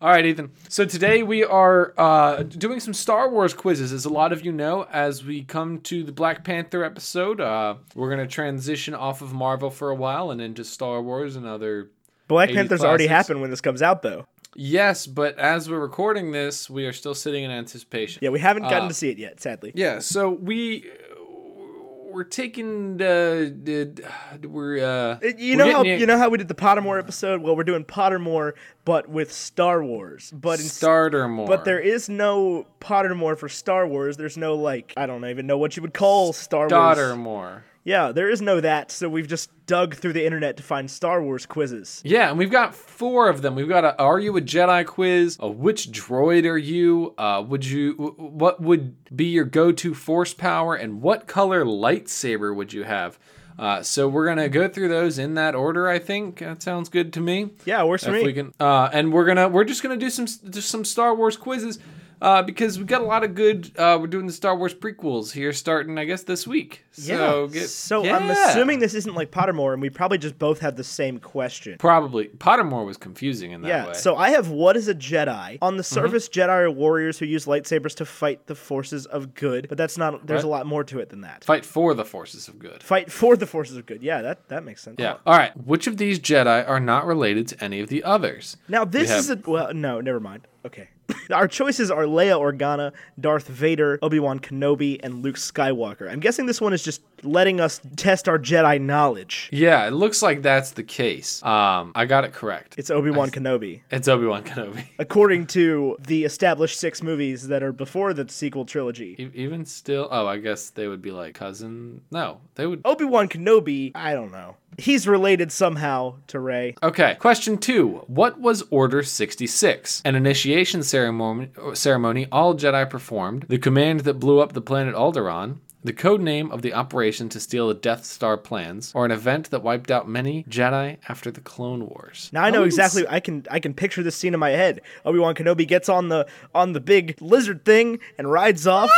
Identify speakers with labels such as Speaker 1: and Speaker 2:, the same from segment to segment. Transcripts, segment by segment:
Speaker 1: All right, Ethan. So today we are uh, doing some Star Wars quizzes, as a lot of you know. As we come to the Black Panther episode, uh, we're going to transition off of Marvel for a while and into Star Wars and other.
Speaker 2: Black
Speaker 1: 80s
Speaker 2: Panther's already
Speaker 1: classics.
Speaker 2: happened when this comes out, though.
Speaker 1: Yes, but as we're recording this, we are still sitting in anticipation.
Speaker 2: Yeah, we haven't gotten to see it yet, sadly.
Speaker 1: Uh, Yeah, so we we're taking the, the we're uh
Speaker 2: It- you
Speaker 1: we're
Speaker 2: know how
Speaker 1: getting it-
Speaker 2: you know how we did the Pottermore episode? Well, we're doing Pottermore, but with Star Wars. But in
Speaker 1: starter more.
Speaker 2: but there is no Pottermore for Star Wars. There's no like I don't even know what you would call Star
Speaker 1: daughter
Speaker 2: Wars.
Speaker 1: more.
Speaker 2: Yeah, there is no that. So we've just dug through the internet to find Star Wars quizzes.
Speaker 1: Yeah, and we've got four of them. We've got a Are You a Jedi quiz, a Which Droid Are You, uh, would you, w- what would be your go-to force power, and what color lightsaber would you have? Uh, so we're gonna go through those in that order. I think that sounds good to me.
Speaker 2: Yeah, works for
Speaker 1: if
Speaker 2: me.
Speaker 1: we can, uh, and we're gonna we're just gonna do some just some Star Wars quizzes uh, because we've got a lot of good. Uh, we're doing the Star Wars prequels here starting, I guess, this week. So
Speaker 2: yeah.
Speaker 1: get,
Speaker 2: so I'm
Speaker 1: Yeah.
Speaker 2: assuming this isn't like Pottermore, and we probably just both have the same question.
Speaker 1: probably Pottermore was confusing in that
Speaker 2: Yeah,
Speaker 1: way. Mm-hmm.
Speaker 2: so I have what is a Jedi? On the surface, Jedi are warriors who use lightsabers to fight the forces of good, but that's not. There's a lot more to it than that.
Speaker 1: fight for the forces of good.
Speaker 2: Fight for the forces of good. Yeah, that that makes sense.
Speaker 1: Yeah. All right. Which of these Jedi are not related to any of the others?
Speaker 2: Now this
Speaker 1: We
Speaker 2: is a well, no, never mind. Okay. Our choices are Leia Organa, Darth Vader, Obi-Wan Kenobi, and Luke Skywalker. I'm guessing this one is just letting us test our Jedi knowledge.
Speaker 1: Yeah, it looks like that's the case. Um, I got it correct.
Speaker 2: It's Obi-Wan Kenobi.
Speaker 1: It's Obi Wan Kenobi.
Speaker 2: According to the established six movies that are before the sequel trilogy.
Speaker 1: E- Even still, oh, I guess they would be like cousin. No, they would.
Speaker 2: Obi-Wan Kenobi, I don't know. He's related somehow to Rey.
Speaker 1: Okay. Question two: What was Order sixty six? An initiation ceremony, ceremony all Jedi performed. The command that blew up the planet Alderaan. The code name of the operation to steal the Death Star plans, or an event that wiped out many Jedi after the Clone Wars.
Speaker 2: Now I know
Speaker 1: Oh,
Speaker 2: exactly I can I can picture this scene in my head. Obi-Wan Kenobi gets on the on the big lizard thing and rides off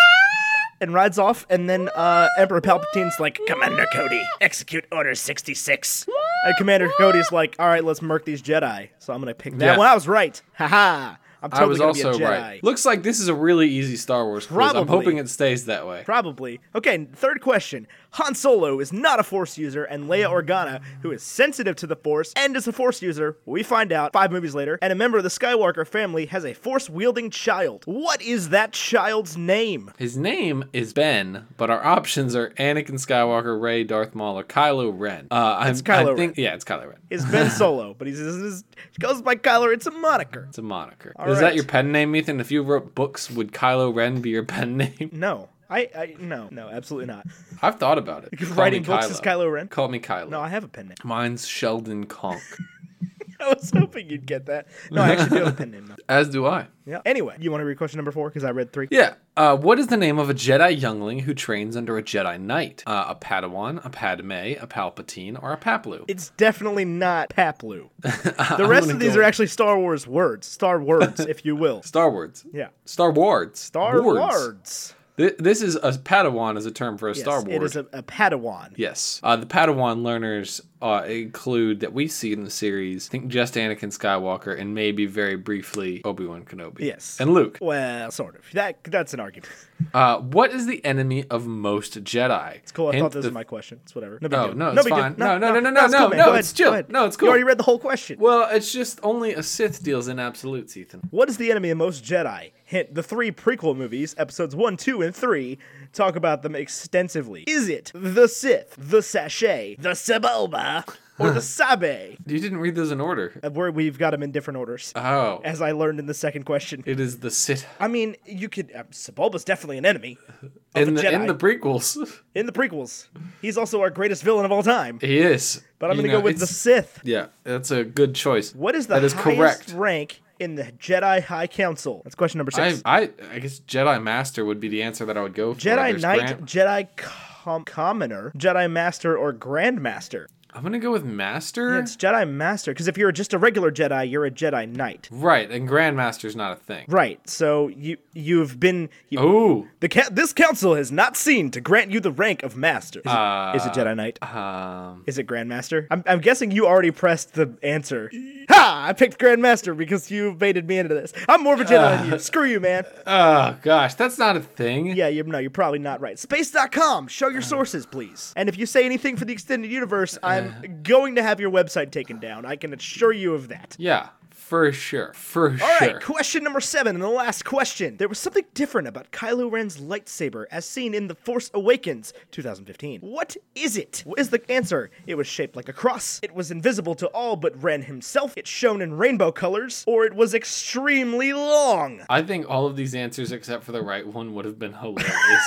Speaker 2: and rides off and then uh Emperor Palpatine's like Commander Cody, execute order 66. And Commander Cody's like, "All right, let's murk these Jedi." So I'm going to pick that
Speaker 1: Yeah.
Speaker 2: one. I was right. Haha. I'm
Speaker 1: I
Speaker 2: totally
Speaker 1: was
Speaker 2: gonna be a
Speaker 1: also
Speaker 2: Jedi.
Speaker 1: right. Looks like this is a really easy Star Wars quiz. I'm
Speaker 2: Probably.
Speaker 1: hoping it stays that way.
Speaker 2: Probably. Okay, third question. Han Solo is not a Force user, and Leia Organa, who is sensitive to the Force and is a Force user, we find out five movies later, and a member of the Skywalker family has a Force wielding child. What is that child's name?
Speaker 1: His name is Ben, but our options are Anakin Skywalker, Ray, Darth Maul, or Kylo Ren. Uh, I'm,
Speaker 2: Kylo
Speaker 1: I think, Yeah, it's Kylo Ren.
Speaker 2: It's Ben Solo, but he's, he's, he's- he goes by Kyler. It's a moniker.
Speaker 1: It's a moniker. is that
Speaker 2: right.
Speaker 1: your pen name, Ethan? If you wrote books, would Kylo Ren be your pen name?
Speaker 2: No. I, I no no absolutely not.
Speaker 1: I've thought about it. Call
Speaker 2: Writing
Speaker 1: me
Speaker 2: books is Kylo Ren?
Speaker 1: Call me Kylo.
Speaker 2: No, I have a pen name.
Speaker 1: Mine's Sheldon Conk.
Speaker 2: I was hoping you'd get that. No, I actually do have a pen name. Though.
Speaker 1: As do I.
Speaker 2: Yeah. Anyway, you want to read question number four because I read three.
Speaker 1: Yeah. Uh, what is the name of a Jedi youngling who trains under a Jedi Knight? Uh, a Padawan, a Padme, a Palpatine, or a Paplu?
Speaker 2: It's definitely not Paplu. The rest
Speaker 1: gonna
Speaker 2: of these
Speaker 1: go-
Speaker 2: are actually Star Wars words, Star words, if you will.
Speaker 1: Star Wars.
Speaker 2: Yeah,
Speaker 1: Star Wars.
Speaker 2: Star
Speaker 1: Wards.
Speaker 2: Wards.
Speaker 1: Thi- This is a Padawan is a term for a Star
Speaker 2: Yes,
Speaker 1: Wars.
Speaker 2: It is a, a Padawan.
Speaker 1: Yes. Uh, the Padawan learners uh, include that we see in the series, I think just Anakin Skywalker and maybe very briefly Obi Wan Kenobi.
Speaker 2: Yes.
Speaker 1: And Luke.
Speaker 2: Well, sort of. That that's an argument.
Speaker 1: Uh, what is the enemy of most Jedi? It's
Speaker 2: Cool. I thought this was my question. It's whatever. No, big
Speaker 1: Oh,
Speaker 2: deal.
Speaker 1: no,
Speaker 2: no,
Speaker 1: it's
Speaker 2: big deal.
Speaker 1: fine. No, no, no, no, no,
Speaker 2: it's cool,
Speaker 1: no,
Speaker 2: man.
Speaker 1: no,
Speaker 2: Go
Speaker 1: it's
Speaker 2: ahead.
Speaker 1: chill.
Speaker 2: Go ahead.
Speaker 1: No, it's
Speaker 2: You
Speaker 1: cool.
Speaker 2: already read the whole question.
Speaker 1: Well, it's just only a Sith deals in absolutes, Ethan.
Speaker 2: What is the enemy of most Jedi? Hint: The three prequel movies, episodes one, two, and three, talk about them extensively. Is it the Sith, the Sachet, the Sebulba, or the Sabe?
Speaker 1: You didn't read those in order.
Speaker 2: Where we've got them in different orders.
Speaker 1: Oh.
Speaker 2: as I learned in the second question.
Speaker 1: It is the Sith.
Speaker 2: I mean, you could. Uh, Sebulba's definitely an enemy of a
Speaker 1: In the,
Speaker 2: Jedi.
Speaker 1: in the prequels.
Speaker 2: in the prequels, he's also our greatest villain of all time.
Speaker 1: He is.
Speaker 2: But I'm
Speaker 1: You
Speaker 2: going to
Speaker 1: know,
Speaker 2: go with the
Speaker 1: it's-
Speaker 2: Sith.
Speaker 1: Yeah, that's a good choice.
Speaker 2: What is the
Speaker 1: That is
Speaker 2: highest
Speaker 1: correct.
Speaker 2: rank in the Jedi High Council? That's question number
Speaker 1: I,
Speaker 2: six.
Speaker 1: I I guess Jedi Master would be the answer that I would go for.
Speaker 2: Jedi
Speaker 1: There's
Speaker 2: Knight,
Speaker 1: Grand-
Speaker 2: Jedi com- Commoner, Jedi Master, or Grandmaster?
Speaker 1: I'm gonna go with Master.
Speaker 2: It's Jedi Master because if you're just a regular Jedi, you're a Jedi Knight.
Speaker 1: Right, and Grandmaster's not a thing.
Speaker 2: Right. So you you've been you,
Speaker 1: Oh,
Speaker 2: the ca- this council has not seen to grant you the rank of Master. Is it, is it Jedi Knight?
Speaker 1: um,
Speaker 2: Is it Grandmaster? I'm, I'm guessing you already pressed the answer. Ha! ha! I picked Grandmaster because you baited me into this. I'm more of a Jedi than you. Screw you, man.
Speaker 1: Oh gosh, that's not a thing.
Speaker 2: Yeah, you no, you're probably not right. Space.com, show your sources, please. And if you say anything for the extended universe, I'm going to have your website taken down. I can assure you of that.
Speaker 1: Yeah, for sure. For
Speaker 2: All
Speaker 1: sure.
Speaker 2: right, question number seven, and the last question. There was something different about Kylo Ren's lightsaber as seen in The Force Awakens 2015. What is it? What is the answer? It was shaped like a cross. It was invisible to all but Ren himself. It shone in rainbow colors, or it was extremely long.
Speaker 1: I think all of these answers except for the right one would have been hilarious.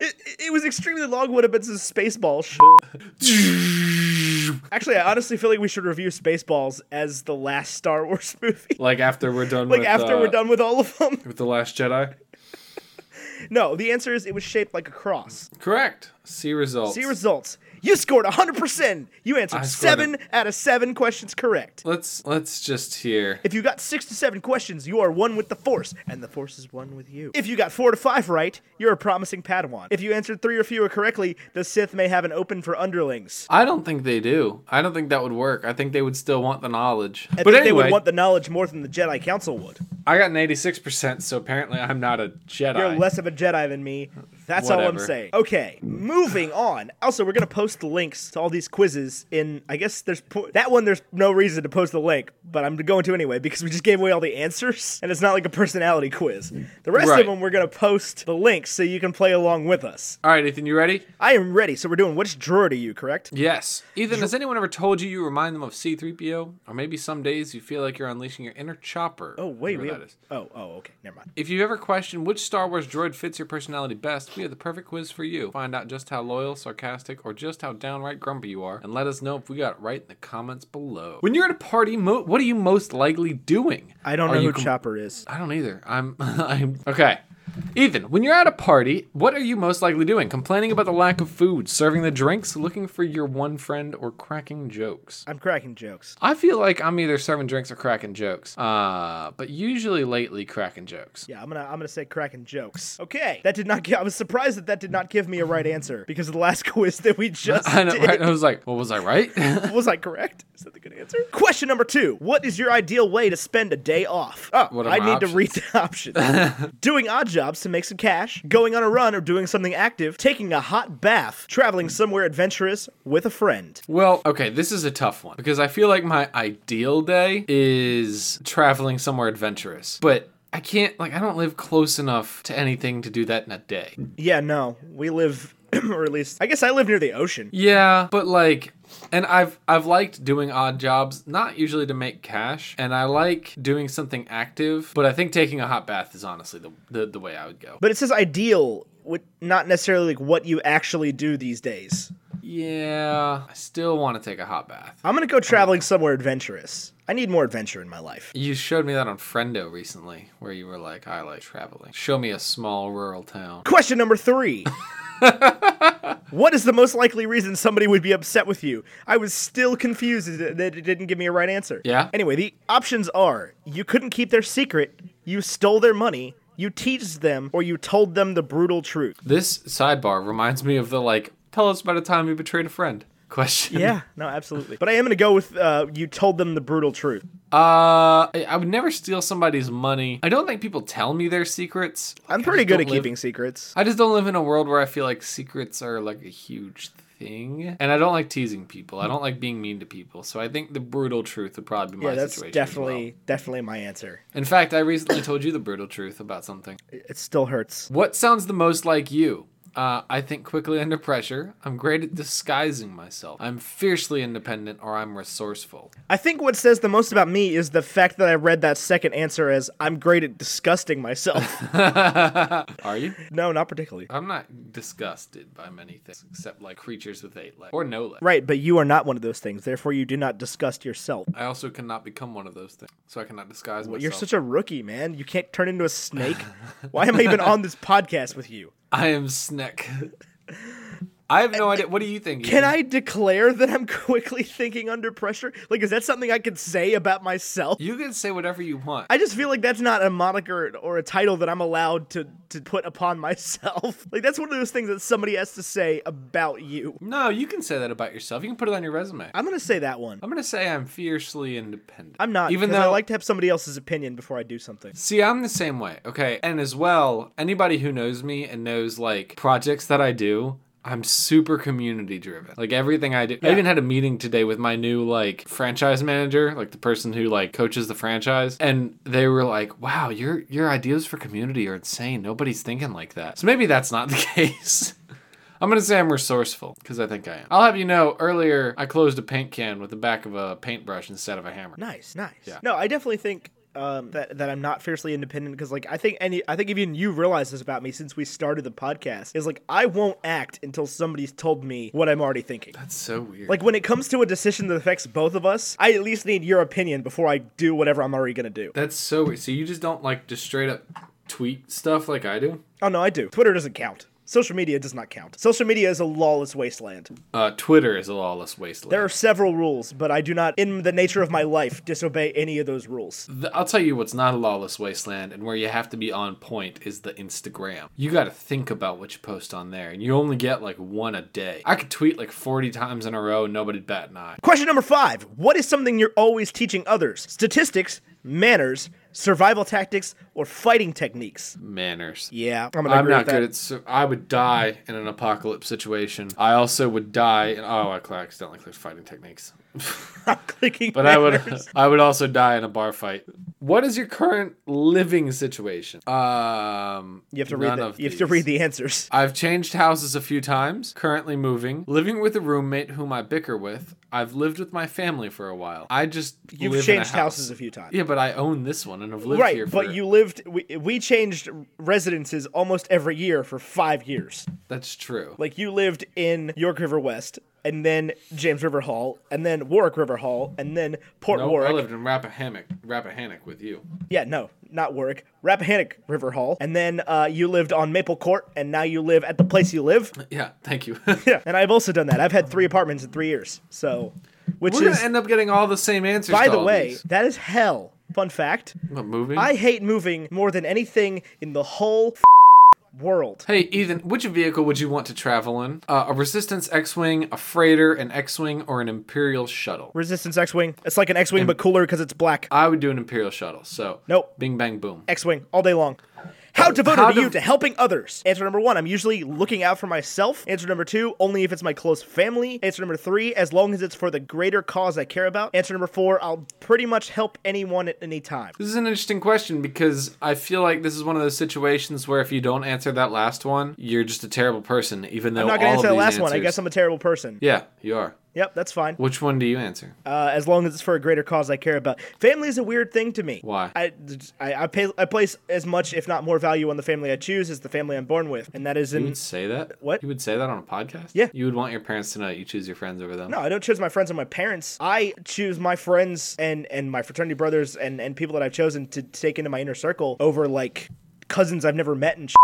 Speaker 2: It, it was extremely long, would have been some Spaceball shit. Actually, I honestly feel like we should review Spaceballs as the last Star Wars movie.
Speaker 1: like after we're done
Speaker 2: Like
Speaker 1: with
Speaker 2: after
Speaker 1: uh,
Speaker 2: we're done with all of them.
Speaker 1: with the last Jedi.
Speaker 2: No, the answer is it was shaped like a cross.
Speaker 1: Correct. See results.
Speaker 2: See results. You scored 100%. You answered
Speaker 1: scored
Speaker 2: seven out of seven questions correct.
Speaker 1: Let's let's just hear.
Speaker 2: If you got six to seven questions, you are one with the Force, and the Force is one with you. If you got four to five right, you're a promising Padawan. If you answered three or fewer correctly, the Sith may have an open for underlings.
Speaker 1: I don't think they do. I don't think that would work. I think they would still want the knowledge.
Speaker 2: I
Speaker 1: but
Speaker 2: think
Speaker 1: anyway,
Speaker 2: they would want the knowledge more than the Jedi Council would.
Speaker 1: I got an 86%, so apparently I'm not a Jedi.
Speaker 2: You're less of a Jedi than me. That's all I'm
Speaker 1: Whatever.
Speaker 2: saying. Okay, moving on. Also, we're gonna post the links to all these quizzes in. I guess there's po- that one. There's no reason to post the link, but I'm going to anyway because we just gave away all the answers, and it's not like a personality quiz. The rest
Speaker 1: Right.
Speaker 2: of them, we're gonna post the links so you can play along with us.
Speaker 1: All right, Ethan, you ready?
Speaker 2: I am ready. So we're doing which droid are you? Correct.
Speaker 1: Yes. Ethan, has anyone ever told you you remind them of C3PO? Or maybe some days you feel like you're unleashing your inner chopper.
Speaker 2: Oh wait,
Speaker 1: Whatever
Speaker 2: we. have-
Speaker 1: that is.
Speaker 2: Oh oh okay. Never mind.
Speaker 1: If you've ever questioned which Star Wars droid fits your personality best, we have the perfect quiz for you. Find out just how loyal, sarcastic, or just how downright grumpy you are, and let us know if we got it right in the comments below. When you're at a party, mo- what are you most likely doing?
Speaker 2: I don't
Speaker 1: Are
Speaker 2: know
Speaker 1: Oh, you
Speaker 2: who
Speaker 1: com-
Speaker 2: Chopper is.
Speaker 1: I don't either. I'm I'm okay. Ethan, when you're at a party, what are you most likely doing? Complaining about the lack of food, serving the drinks, looking for your one friend, or cracking jokes?
Speaker 2: I'm cracking jokes.
Speaker 1: I feel like I'm either serving drinks or cracking jokes. Uh, but usually lately cracking jokes.
Speaker 2: Yeah, I'm gonna I'm gonna say cracking jokes. Okay, that did not. Give, I was surprised that that did not give me a right answer because of the last quiz that we just
Speaker 1: I know,
Speaker 2: did.
Speaker 1: right? I was like, well, was I right?
Speaker 2: Was I correct? Is that the good answer? Question number two: What is your ideal way to spend a day off? Oh,
Speaker 1: What are
Speaker 2: I
Speaker 1: my
Speaker 2: need to read the options: doing odd jobs to make some cash, going on a run or doing something active, taking a hot bath, traveling somewhere adventurous with a friend.
Speaker 1: well, okay, this is a tough one because I feel like my ideal day is traveling somewhere adventurous. But I can't, like, I don't live close enough to anything to do that in a day.
Speaker 2: Yeah, no, we live. or at least, I guess I live near the ocean.
Speaker 1: Yeah, but like and I've I've liked doing odd jobs, not usually to make cash, and I like doing something active, but I think taking a hot bath is honestly the the, the way I would go.
Speaker 2: But it says ideal, with not necessarily like what you actually do these days.
Speaker 1: Yeah, I still want to take a hot bath.
Speaker 2: I'm gonna go traveling somewhere adventurous. I need more adventure in my life.
Speaker 1: You showed me that on Friendo recently, where you were like, I like traveling. Show me a small rural town.
Speaker 2: Question number three. what is the most likely reason somebody would be upset with you? I was still confused as it- that it didn't give me a right answer.
Speaker 1: Yeah?
Speaker 2: Anyway, the options are you couldn't keep their secret, you stole their money, you teased them, or you told them the brutal truth.
Speaker 1: This sidebar reminds me of the like, tell us about a time you betrayed a friend question.
Speaker 2: Yeah, no, absolutely. But I am going to go with uh, you told them the brutal truth.
Speaker 1: Uh, I, I would never steal somebody's money. I don't think people tell me their secrets.
Speaker 2: I'm pretty good at
Speaker 1: don't live-
Speaker 2: keeping secrets.
Speaker 1: I just don't live in a world where I feel like secrets are like a huge thing. And I don't like teasing people. I don't like being mean to people. So I think the brutal truth would probably be my
Speaker 2: Yeah, that's
Speaker 1: situation. as well.
Speaker 2: definitely definitely my answer.
Speaker 1: In fact, I recently told you the brutal truth about something.
Speaker 2: It it still hurts.
Speaker 1: What sounds the most like you? Uh, I think quickly under pressure. I'm great at disguising myself. I'm fiercely independent or I'm resourceful.
Speaker 2: I think what says the most about me is the fact that I read that second answer as I'm great at disgusting myself.
Speaker 1: Are you?
Speaker 2: no, not particularly.
Speaker 1: I'm not disgusted by many things except like creatures with eight legs or no legs.
Speaker 2: Right, but you are not one of those things. Therefore, you do not disgust yourself.
Speaker 1: I also cannot become one of those things, so I cannot disguise myself.
Speaker 2: You're such a rookie, man. You can't turn into a snake. Why am I even on this podcast with you?
Speaker 1: I am Snick. I have no idea. What do you think?
Speaker 2: Can
Speaker 1: Ethan?
Speaker 2: I declare that I'm quickly thinking under pressure? Like, is that something I could say about myself?
Speaker 1: You can say whatever you want.
Speaker 2: I just feel like that's not a moniker or a title that I'm allowed to to put upon myself. Like that's one of those things that somebody has to say about you.
Speaker 1: no, you can say that about yourself. You can put it on your resume.
Speaker 2: I'm gonna say that one.
Speaker 1: I'm gonna say I'm fiercely independent.
Speaker 2: I'm not
Speaker 1: even
Speaker 2: even
Speaker 1: though
Speaker 2: I like to have somebody else's opinion before I do something.
Speaker 1: See, I'm the same way. Okay. And as well, anybody who knows me and knows like projects that I do, I'm super community driven. Like everything I do. I even had a meeting today with my new like franchise manager, like the person who like coaches the franchise, and they were like, "Wow, your your ideas for community are insane. Nobody's thinking like that." So maybe that's not the case. I'm gonna say I'm resourceful because I think I am. I'll have you know, earlier I closed a paint can with the back of a paintbrush instead of a hammer.
Speaker 2: Nice, nice. No, I definitely think um, that that I'm not fiercely independent because, like, I think any, I think even you realize this about me since we started the podcast is like I won't act until somebody's told me what I'm already thinking.
Speaker 1: That's so weird.
Speaker 2: Like when it comes to a decision that affects both of us, I at least need your opinion before I do whatever I'm already gonna do.
Speaker 1: That's so weird. So you just don't like just straight up tweet stuff like I do?
Speaker 2: Oh no, I do. Twitter doesn't count. Social media does not count. Social media is a lawless wasteland.
Speaker 1: Uh, Twitter is a lawless wasteland.
Speaker 2: There are several rules, but I do not, in the nature of my life, disobey any of those rules.
Speaker 1: Th- I'll tell you what's not a lawless wasteland and where you have to be on point is the Instagram. You got to think about what you post on there, and you only get like one a day. I could tweet like 40 times in a row and nobody'd bat an eye.
Speaker 2: Question number five What is something you're always teaching others? Statistics, manners, survival tactics, or fighting techniques?
Speaker 1: Manners.
Speaker 2: Yeah, I'm,
Speaker 1: I'm not good
Speaker 2: at.
Speaker 1: at. Sur- I would die in an apocalypse situation. I also would die. In- oh, I cl- accidentally clicked fighting techniques.
Speaker 2: I'm clicking.
Speaker 1: But I would I would also die in a bar fight. What is your current living situation? Um
Speaker 2: You have to read. The, you have to read the answers.
Speaker 1: I've changed houses a few times, currently moving, living with a roommate whom I bicker with. I've lived with my family for a while. I just live
Speaker 2: You've
Speaker 1: in a
Speaker 2: changed
Speaker 1: house.
Speaker 2: houses a few times.
Speaker 1: Yeah, but I own this one and I've lived
Speaker 2: right,
Speaker 1: here for
Speaker 2: but you lived. We, we changed residences almost every year for five years.
Speaker 1: That's true.
Speaker 2: Like you lived in York River West, and then James River Hall, and then Warwick River Hall, and then Port
Speaker 1: Nope, I
Speaker 2: Warwick.
Speaker 1: lived in Rappahannock, Rappahannock with you.
Speaker 2: Yeah, no, not Warwick. Rappahannock River Hall, and then uh, you lived on Maple Court, and now you live at the place you live.
Speaker 1: Yeah, thank you.
Speaker 2: Yeah, and I've also done that. I've had three apartments in three years. So, which
Speaker 1: We're going
Speaker 2: is,
Speaker 1: to end up getting all the same answers.
Speaker 2: by
Speaker 1: to
Speaker 2: the
Speaker 1: all
Speaker 2: way,
Speaker 1: these.
Speaker 2: that is hell. Fun fact:
Speaker 1: What, moving?
Speaker 2: I hate moving more than anything in the whole world.
Speaker 1: Hey, Ethan, which vehicle would you want to travel in? Uh, a Resistance X Wing, a freighter, an X Wing, or an Imperial shuttle?
Speaker 2: Resistance X-wing. It's like an X-wing, but cooler because it's black.
Speaker 1: I would do an Imperial shuttle, so.
Speaker 2: Nope.
Speaker 1: Bing, bang, boom.
Speaker 2: X-wing all day long. How devoted
Speaker 1: how
Speaker 2: are you
Speaker 1: dev-
Speaker 2: to helping others? Answer number one: I'm usually looking out for myself. Answer number two: only if it's my close family. Answer number three: as long as it's for the greater cause I care about. Answer number four: I'll pretty much help anyone at any time.
Speaker 1: This is an interesting question because I feel like this is one of those situations where if you don't answer that last one, you're just a terrible person, even though
Speaker 2: I'm not
Speaker 1: all
Speaker 2: gonna answer
Speaker 1: of
Speaker 2: the
Speaker 1: these
Speaker 2: last one. I
Speaker 1: answers-
Speaker 2: guess I'm a terrible person.
Speaker 1: Yeah, you are.
Speaker 2: Yep, that's fine.
Speaker 1: Which one do you answer?
Speaker 2: uh, as long as it's for a greater cause I care about. Family is a weird thing to me.
Speaker 1: Why?
Speaker 2: I, I, I, pay, I place as much, if not more, value on the family I choose as the family I'm born with, and that is
Speaker 1: you
Speaker 2: in.
Speaker 1: would say that?
Speaker 2: what?
Speaker 1: You would say that on a podcast?
Speaker 2: Yeah.
Speaker 1: You would want your parents to know that you choose your friends over them?
Speaker 2: No, I don't choose my friends and my parents. I choose my friends and and my fraternity brothers and and people that I've chosen to take into my inner circle over like cousins I've never met and. Sh-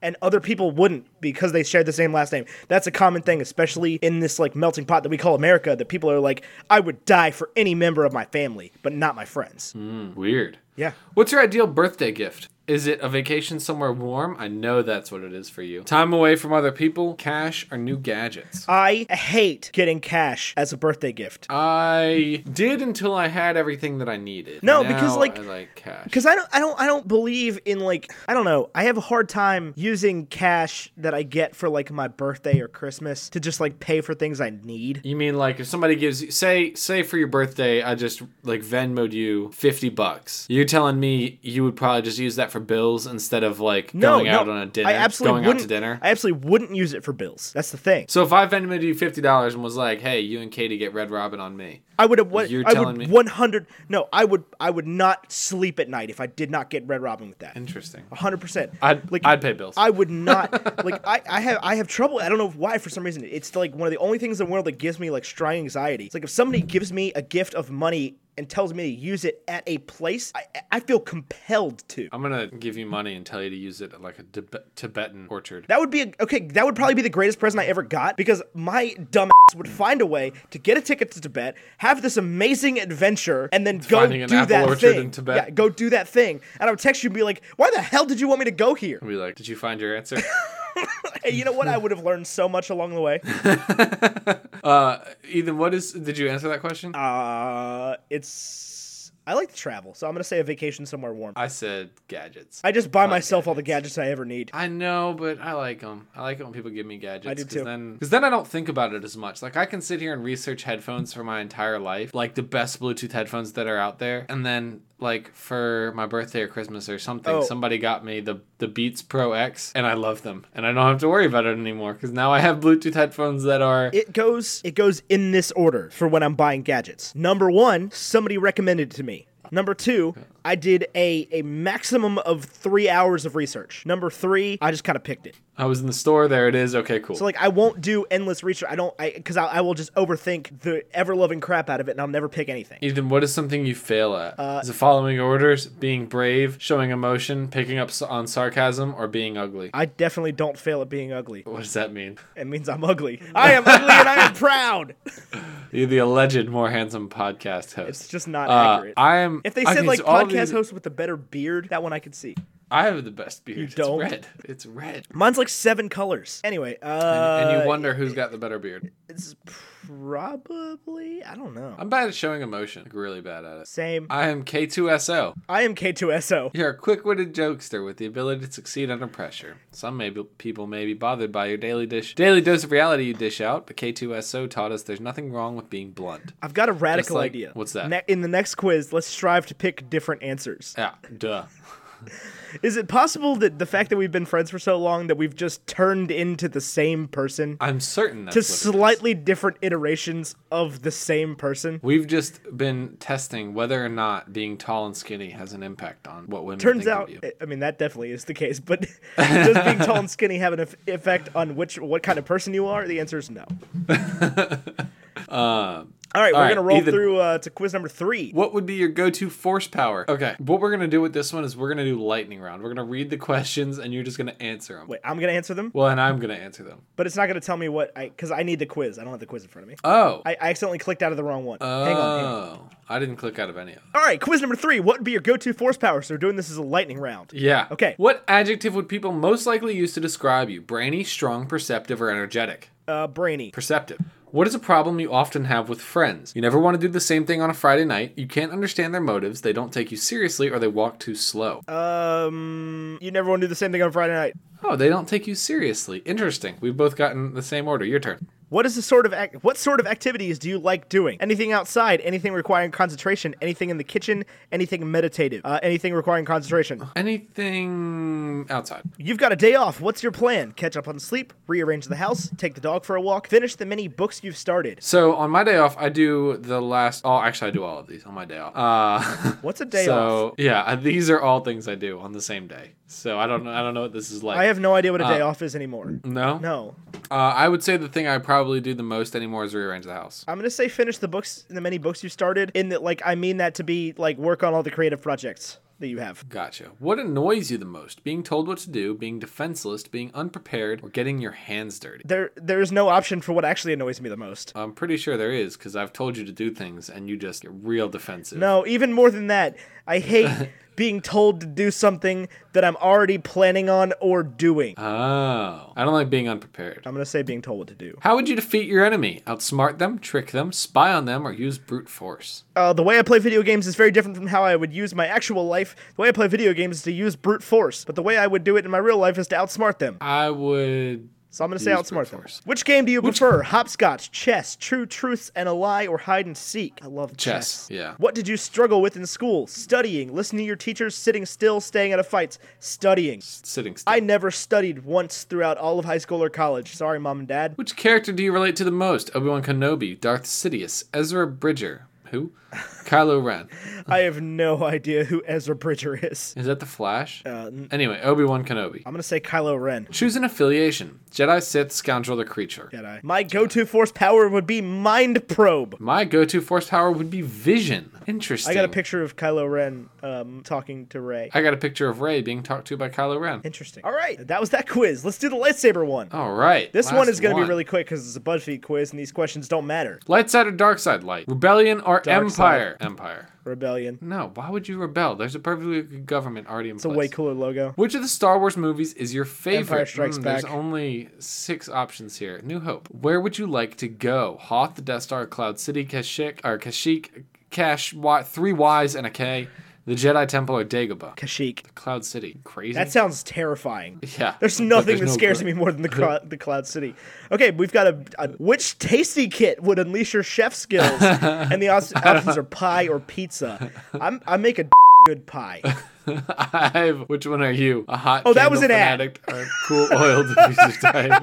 Speaker 2: And other people wouldn't because they shared the same last name. That's a common thing, especially in this like melting pot that we call America. That people are like, I would die for any member of my family, but not my friends.
Speaker 1: Hmm, Weird.
Speaker 2: Yeah.
Speaker 1: What's your ideal birthday gift? Is it a vacation somewhere warm? I know that's what it is for you. Time away from other people, cash, or new gadgets?
Speaker 2: I hate getting cash as a birthday gift.
Speaker 1: I did until I had everything that I needed.
Speaker 2: No, because,
Speaker 1: Now
Speaker 2: like-
Speaker 1: I like cash.
Speaker 2: Cause I don't, I don't, I don't believe in like, I don't know. I have a hard time using cash that I get for like my birthday or Christmas to just like pay for things I need.
Speaker 1: You mean like if somebody gives you say say for your birthday I just like Venmoed you 50 bucks. You're telling me you would probably just use that for bills instead of like
Speaker 2: No,
Speaker 1: going
Speaker 2: no,
Speaker 1: out on a dinner
Speaker 2: I absolutely
Speaker 1: going out
Speaker 2: wouldn't.
Speaker 1: to dinner?
Speaker 2: I absolutely wouldn't use it for bills. That's the thing.
Speaker 1: so if I Venmoed you fifty dollars and was like, "Hey, you and Katie get Red Robin on me,"
Speaker 2: I would have. What
Speaker 1: You're
Speaker 2: I
Speaker 1: telling
Speaker 2: would
Speaker 1: me-
Speaker 2: one hundred. No, I would. I would not sleep at night if I did not get Red Robin with that.
Speaker 1: interesting.
Speaker 2: hundred percent.
Speaker 1: I'd I'd pay bills.
Speaker 2: I would not like I, I have I have trouble. I don't know why for some reason. It's like one of the only things in the world that gives me like strong anxiety. It's like if somebody gives me a gift of money and tells me to use it at a place, I, I feel compelled to.
Speaker 1: I'm gonna give you money and tell you to use it at like a Tib- Tibetan orchard.
Speaker 2: That would be a, okay. That would probably be the greatest present I ever got because my dumb ass would find a way to get a ticket to Tibet, have this amazing adventure, and then go
Speaker 1: Finding
Speaker 2: do
Speaker 1: an apple
Speaker 2: that
Speaker 1: orchard
Speaker 2: thing.
Speaker 1: in Tibet.
Speaker 2: Yeah, go do that thing. And I would text you and be like, "Why the hell did you want me to go here?"
Speaker 1: I'll be like, did you find your answer?
Speaker 2: And you know what? I would have learned so much along the way.
Speaker 1: uh, Ethan, what is? Did you answer that question?
Speaker 2: Uh, it's I like to travel, so I'm gonna say a vacation somewhere warm.
Speaker 1: I said gadgets.
Speaker 2: I just buy myself all the gadgets I ever need.
Speaker 1: I know, but I like them. I like it when people give me gadgets. I
Speaker 2: do
Speaker 1: cause
Speaker 2: too.
Speaker 1: Then, because then I don't think about it as much. Like I can sit here and research headphones for my entire life, like the best Bluetooth headphones that are out there. And then, like for my birthday or Christmas or something,
Speaker 2: Oh.
Speaker 1: somebody got me the the Beats Pro X, and I love them, and I don't have to worry about it anymore because now I have Bluetooth headphones that are.
Speaker 2: It goes it goes in this order for when I'm buying gadgets. Number one, somebody recommended it to me. Number two, I did a, a maximum of three hours of research. Number three, I just kind of picked it.
Speaker 1: I was in the store. There it is. Okay, cool.
Speaker 2: So like I won't do endless research. I don't I because I, I will just overthink the ever loving crap out of it and I'll never pick anything.
Speaker 1: Ethan, what is something you fail at?
Speaker 2: Uh,
Speaker 1: is it following orders, being brave, showing emotion, picking up s- on sarcasm, or being ugly?
Speaker 2: I definitely don't fail at being ugly.
Speaker 1: What does that mean?
Speaker 2: It means I'm ugly. I am ugly and I am proud.
Speaker 1: You're the alleged more handsome podcast host.
Speaker 2: It's just not
Speaker 1: uh,
Speaker 2: accurate.
Speaker 1: I am.
Speaker 2: if they
Speaker 1: okay,
Speaker 2: said like
Speaker 1: so all
Speaker 2: podcast
Speaker 1: these-
Speaker 2: host with a better beard, that one I could see.
Speaker 1: I have the best beard. it's
Speaker 2: don't?
Speaker 1: red. It's red.
Speaker 2: Mine's like seven colors. Anyway, uh,
Speaker 1: and you wonder who's got the better beard.
Speaker 2: It's probably I don't know.
Speaker 1: I'm bad at showing emotion. Like, really bad at it.
Speaker 2: Same.
Speaker 1: I am K2SO.
Speaker 2: I am K2SO.
Speaker 1: You're a quick-witted jokester with the ability to succeed under pressure. Some may be, people may be bothered by your daily dish, daily dose of reality you dish out, but K2SO taught us there's nothing wrong with being blunt.
Speaker 2: I've got a radical
Speaker 1: like-
Speaker 2: idea.
Speaker 1: what's that?
Speaker 2: Ne- in the next quiz, let's strive to pick different answers.
Speaker 1: Yeah, duh.
Speaker 2: Is it possible that the fact that we've been friends for so long that we've just turned into the same person?
Speaker 1: I'm certain that's
Speaker 2: To
Speaker 1: what it is.
Speaker 2: slightly different iterations of the same person?
Speaker 1: We've just been testing whether or not being tall and skinny has an impact on what women
Speaker 2: Turns
Speaker 1: think
Speaker 2: out,
Speaker 1: of you.
Speaker 2: I- I mean, that definitely is the case, but does being tall and skinny have an eff- effect on which what kind of person you are? The answer is no. all right, we're
Speaker 1: Uh, right,
Speaker 2: gonna roll
Speaker 1: Ethan.
Speaker 2: through uh, to quiz number three.
Speaker 1: What would be your go-to force power? Okay, what we're gonna do with this one is we're gonna do lightning round. We're gonna read the questions and you're just gonna answer them.
Speaker 2: Wait, I'm gonna answer them,
Speaker 1: Well, and I'm gonna answer them.
Speaker 2: but it's not gonna tell me what I because I need the quiz. I don't have the quiz in front of me.
Speaker 1: Oh,
Speaker 2: I, I accidentally clicked out of the wrong one.
Speaker 1: oh,
Speaker 2: Hang on. Hang on.
Speaker 1: I didn't click out of any of them.
Speaker 2: All right, quiz number three. What would be your go-to force power? So we're doing this as a lightning round.
Speaker 1: Yeah.
Speaker 2: Okay.
Speaker 1: What adjective would people most likely use to describe you? Brainy, strong, perceptive, or energetic?
Speaker 2: Uh, brainy.
Speaker 1: Perceptive. What is a problem you often have with friends? You never want to do the same thing on a Friday night. You can't understand their motives. They don't take you seriously or they walk too slow.
Speaker 2: Uh. Um, you never want to do the same thing on Friday night.
Speaker 1: oh, they don't take you seriously. Interesting. We've both gotten the same order. Your turn.
Speaker 2: What is the sort of ac- what sort of activities do you like doing? Anything outside, anything requiring concentration, anything in the kitchen, anything meditative, uh, anything requiring concentration.
Speaker 1: Anything outside.
Speaker 2: You've got a day off. What's your plan? Catch up on sleep, rearrange the house, take the dog for a walk, finish the many books you've started.
Speaker 1: So on my day off, I do the last. Oh, actually, I do all of these on my day off. Uh,
Speaker 2: What's a day off?
Speaker 1: so yeah, uh, these are all things I do on the same day. So I don't know. I don't know what this is like.
Speaker 2: I have no idea what a day off is anymore.
Speaker 1: no.
Speaker 2: No,
Speaker 1: Uh, I would say the thing I probably do the most anymore is rearrange the house.
Speaker 2: I'm gonna say finish the books, the many books you started. In that, like, I mean that to be like work on all the creative projects that you have.
Speaker 1: Gotcha. What annoys you the most? Being told what to do, being defenseless, being unprepared, or getting your hands dirty?
Speaker 2: There, there is no option for what actually annoys me the most.
Speaker 1: I'm pretty sure there is because I've told you to do things and you just get real defensive.
Speaker 2: No, even more than that, I hate being told to do something that I'm already planning on or doing.
Speaker 1: Oh, I don't like being unprepared.
Speaker 2: I'm gonna say being told what to do.
Speaker 1: How would you defeat your enemy? Outsmart them, trick them, spy on them, or use brute force?
Speaker 2: Uh, the way I play video games is very different from how I would use my actual life. The way I play video games is to use brute force, but the way I would do it in my real life is to outsmart them.
Speaker 1: I would.
Speaker 2: So I'm gonna say
Speaker 1: Use
Speaker 2: outsmart
Speaker 1: brute
Speaker 2: them.
Speaker 1: force.
Speaker 2: Which game do you prefer? Hopscotch, chess, true truths and a lie, or hide and seek? I love chess.
Speaker 1: Chess, yeah.
Speaker 2: What did you struggle with in school? Studying, listening to your teachers, sitting still, staying out of fights, studying.
Speaker 1: Sitting still.
Speaker 2: I never studied once throughout all of high school or college. Sorry, mom and dad.
Speaker 1: Which character do you relate to the most? Obi Wan Kenobi, Darth Sidious, Ezra Bridger. Who? Kylo Ren.
Speaker 2: I have no idea who Ezra Bridger is.
Speaker 1: Is that the Flash?
Speaker 2: Uh, n-
Speaker 1: Anyway, Obi Wan Kenobi.
Speaker 2: I'm gonna say Kylo Ren.
Speaker 1: Choose an affiliation Jedi, Sith, Scoundrel, or Creature.
Speaker 2: Jedi. My go-to force power would be Mind Probe.
Speaker 1: My go to force power would be Vision. Interesting.
Speaker 2: I got a picture of Kylo Ren um, talking to Rey.
Speaker 1: I got a picture of Ray being talked to by Kylo Ren.
Speaker 2: Interesting. All right, that was that quiz. Let's do the lightsaber one.
Speaker 1: All right.
Speaker 2: This one
Speaker 1: last
Speaker 2: is going to be really quick because it's a BuzzFeed quiz and these questions don't matter.
Speaker 1: Light side or dark side light? Rebellion or
Speaker 2: Dark side.
Speaker 1: empire? Empire.
Speaker 2: Rebellion.
Speaker 1: No, why would you rebel? There's a perfectly good government already in
Speaker 2: It's a way cooler logo.
Speaker 1: Which of the Star Wars movies is your favorite? Hmm,
Speaker 2: Strikes
Speaker 1: there's
Speaker 2: Back.
Speaker 1: only six options here. New Hope. Where would you like to go? Hoth, the Death Star, Cloud City, Kashyyyk, or Kashyyyk, Cash, y, three Ys and a K, the Jedi Temple, or Dagobah.
Speaker 2: Kashyyyk.
Speaker 1: Cloud City. Crazy.
Speaker 2: That sounds terrifying.
Speaker 1: yeah.
Speaker 2: There's
Speaker 1: But
Speaker 2: nothing that
Speaker 1: no
Speaker 2: scares
Speaker 1: good-
Speaker 2: me more than the, cro- the Cloud City. Okay, we've got a, a which tasty kit would unleash your chef skills? and the op- options are pie or pizza. I'm I make a good pie.
Speaker 1: I've, which one are you? A hot
Speaker 2: Oh, that was
Speaker 1: candle
Speaker 2: an ad.
Speaker 1: fanatic or a cool oil diffuser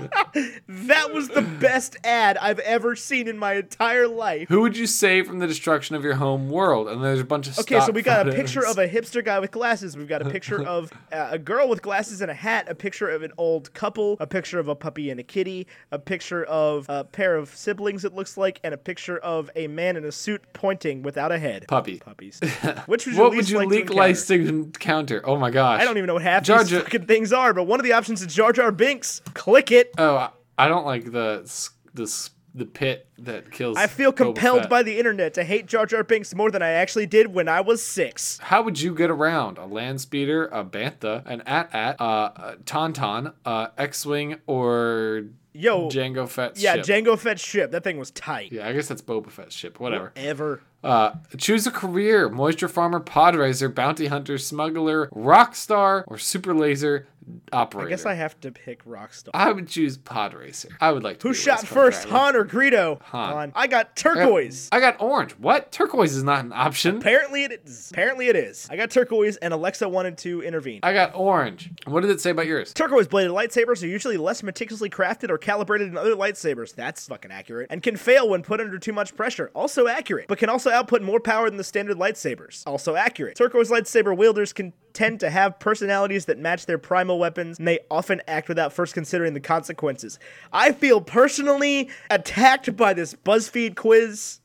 Speaker 1: type?
Speaker 2: That was the best ad I've ever seen in my entire life.
Speaker 1: Who would you save from the destruction of your home world? And there's a bunch of
Speaker 2: Okay, so we got a picture of a hipster guy with glasses. We've got a picture of uh, a girl with glasses and a hat. A picture of an old couple. A picture of a puppy and a kitty. A picture of a pair of siblings. It looks like, and a picture of a man in a suit pointing without a head.
Speaker 1: puppy.
Speaker 2: Puppies. Which would you
Speaker 1: What
Speaker 2: least
Speaker 1: would you
Speaker 2: like
Speaker 1: leak
Speaker 2: to
Speaker 1: like
Speaker 2: encounter?
Speaker 1: to encounter? Oh my gosh!
Speaker 2: I don't even know what half
Speaker 1: Jar
Speaker 2: these
Speaker 1: Jar-
Speaker 2: fucking things are, but one of the options is Jar Jar Binks. Click it.
Speaker 1: Oh, I, I don't like the s- the s- the pit that kills.
Speaker 2: I feel compelled by the internet to hate Jar Jar Binks more than I actually did when I was six.
Speaker 1: How would you get around? A land speeder, a bantha, an at at, uh, a tauntaun, uh, X wing, or
Speaker 2: Yo,
Speaker 1: Django Fett's
Speaker 2: yeah,
Speaker 1: ship?
Speaker 2: Django Fett's ship. That thing was tight.
Speaker 1: yeah, I guess that's Boba Fett's ship. Whatever.
Speaker 2: Ever.
Speaker 1: Uh, choose a career: moisture farmer, pod raiser, bounty hunter, smuggler, rock star, or super laser operator.
Speaker 2: I guess I have to pick Rockstar.
Speaker 1: I would choose Pod Racer. I would like to.
Speaker 2: Who
Speaker 1: be a
Speaker 2: shot
Speaker 1: race car
Speaker 2: first,
Speaker 1: driver.
Speaker 2: Han or Greedo?
Speaker 1: Han.
Speaker 2: I got turquoise.
Speaker 1: I got orange. What? Turquoise is not an option.
Speaker 2: Apparently it is. Apparently it is. I got turquoise, and Alexa wanted to intervene.
Speaker 1: I got orange. What did it say about yours?
Speaker 2: Turquoise bladed lightsabers are usually less meticulously crafted or calibrated than other lightsabers. That's fucking accurate. And can fail when put under too much pressure. Also accurate. But can also output more power than the standard lightsabers. Also accurate. Turquoise lightsaber wielders can tend to have personalities that match their primal weapons, and they often act without first considering the consequences. I feel personally attacked by this BuzzFeed quiz.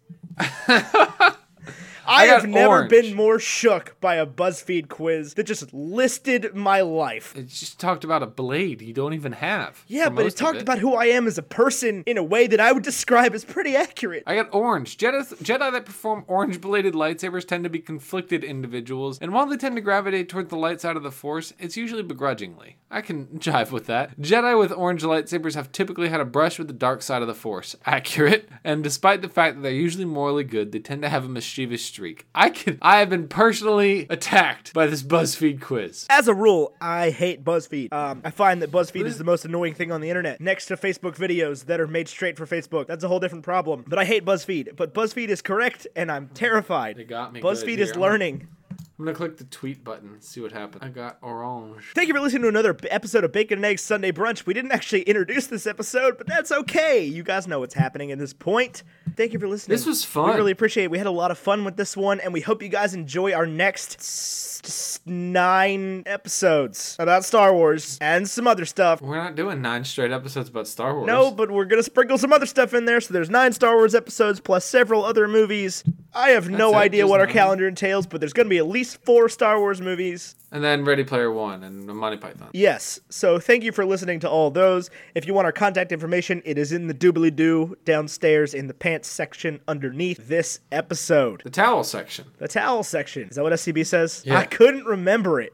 Speaker 2: I,
Speaker 1: I got
Speaker 2: have never
Speaker 1: orange.
Speaker 2: been more shook by a BuzzFeed quiz that just listed my life.
Speaker 1: It just talked about a blade you don't even have.
Speaker 2: Yeah,
Speaker 1: for
Speaker 2: but
Speaker 1: most
Speaker 2: it
Speaker 1: of
Speaker 2: talked about who I am as a person in a way that I would describe as pretty accurate.
Speaker 1: I got orange. Jedi, Jedi that perform orange bladed lightsabers tend to be conflicted individuals, and while they tend to gravitate toward the light side of the Force, it's usually begrudgingly. I can jive with that. Jedi with orange lightsabers have typically had a brush with the dark side of the Force. Accurate. And despite the fact that they're usually morally good, they tend to have a mischievous streak. I can. I have been personally attacked by this BuzzFeed quiz.
Speaker 2: As a rule, I hate BuzzFeed. Um, I find that BuzzFeed is the most annoying thing on the internet, next to Facebook videos that are made straight for Facebook. That's a whole different problem. But I hate BuzzFeed. But BuzzFeed is correct, and I'm terrified. They
Speaker 1: got me good
Speaker 2: BuzzFeed
Speaker 1: here.
Speaker 2: is learning.
Speaker 1: I'm gonna click the tweet button, see what happens. I got orange.
Speaker 2: Thank you for listening to another b- episode of Bacon and Eggs Sunday Brunch. We didn't actually introduce this episode, but that's okay. You guys know what's happening at this point. Thank you for listening.
Speaker 1: This was fun.
Speaker 2: We really appreciate it. We had a lot of fun with this one, and we hope you guys enjoy our next s- s- nine episodes about Star Wars and some other stuff.
Speaker 1: We're not doing nine straight episodes about Star Wars.
Speaker 2: No, but we're gonna sprinkle some other stuff in there. So there's nine Star Wars episodes plus several other movies. I have no
Speaker 1: it,
Speaker 2: idea
Speaker 1: just
Speaker 2: what our
Speaker 1: nine.
Speaker 2: calendar entails, but there's gonna be at least four Star Wars movies.
Speaker 1: And then Ready Player One and Monty Python.
Speaker 2: Yes. So thank you for listening to all those. If you want our contact information, it is in the doobly doo downstairs in the pants section underneath this episode.
Speaker 1: The towel section.
Speaker 2: The towel section. Is that what SCB says?
Speaker 1: Yeah.
Speaker 2: I couldn't remember it.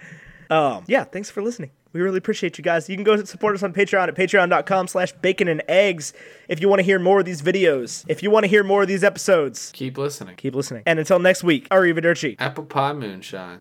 Speaker 2: um, yeah, thanks for listening. We really appreciate you guys. You can go support us on Patreon at patreon.com slash bacon and eggs if you want to hear more of these videos. If you want to hear more of these episodes,
Speaker 1: Keep listening.
Speaker 2: keep listening. And until next week, arrivederci.
Speaker 1: Apple pie moonshine.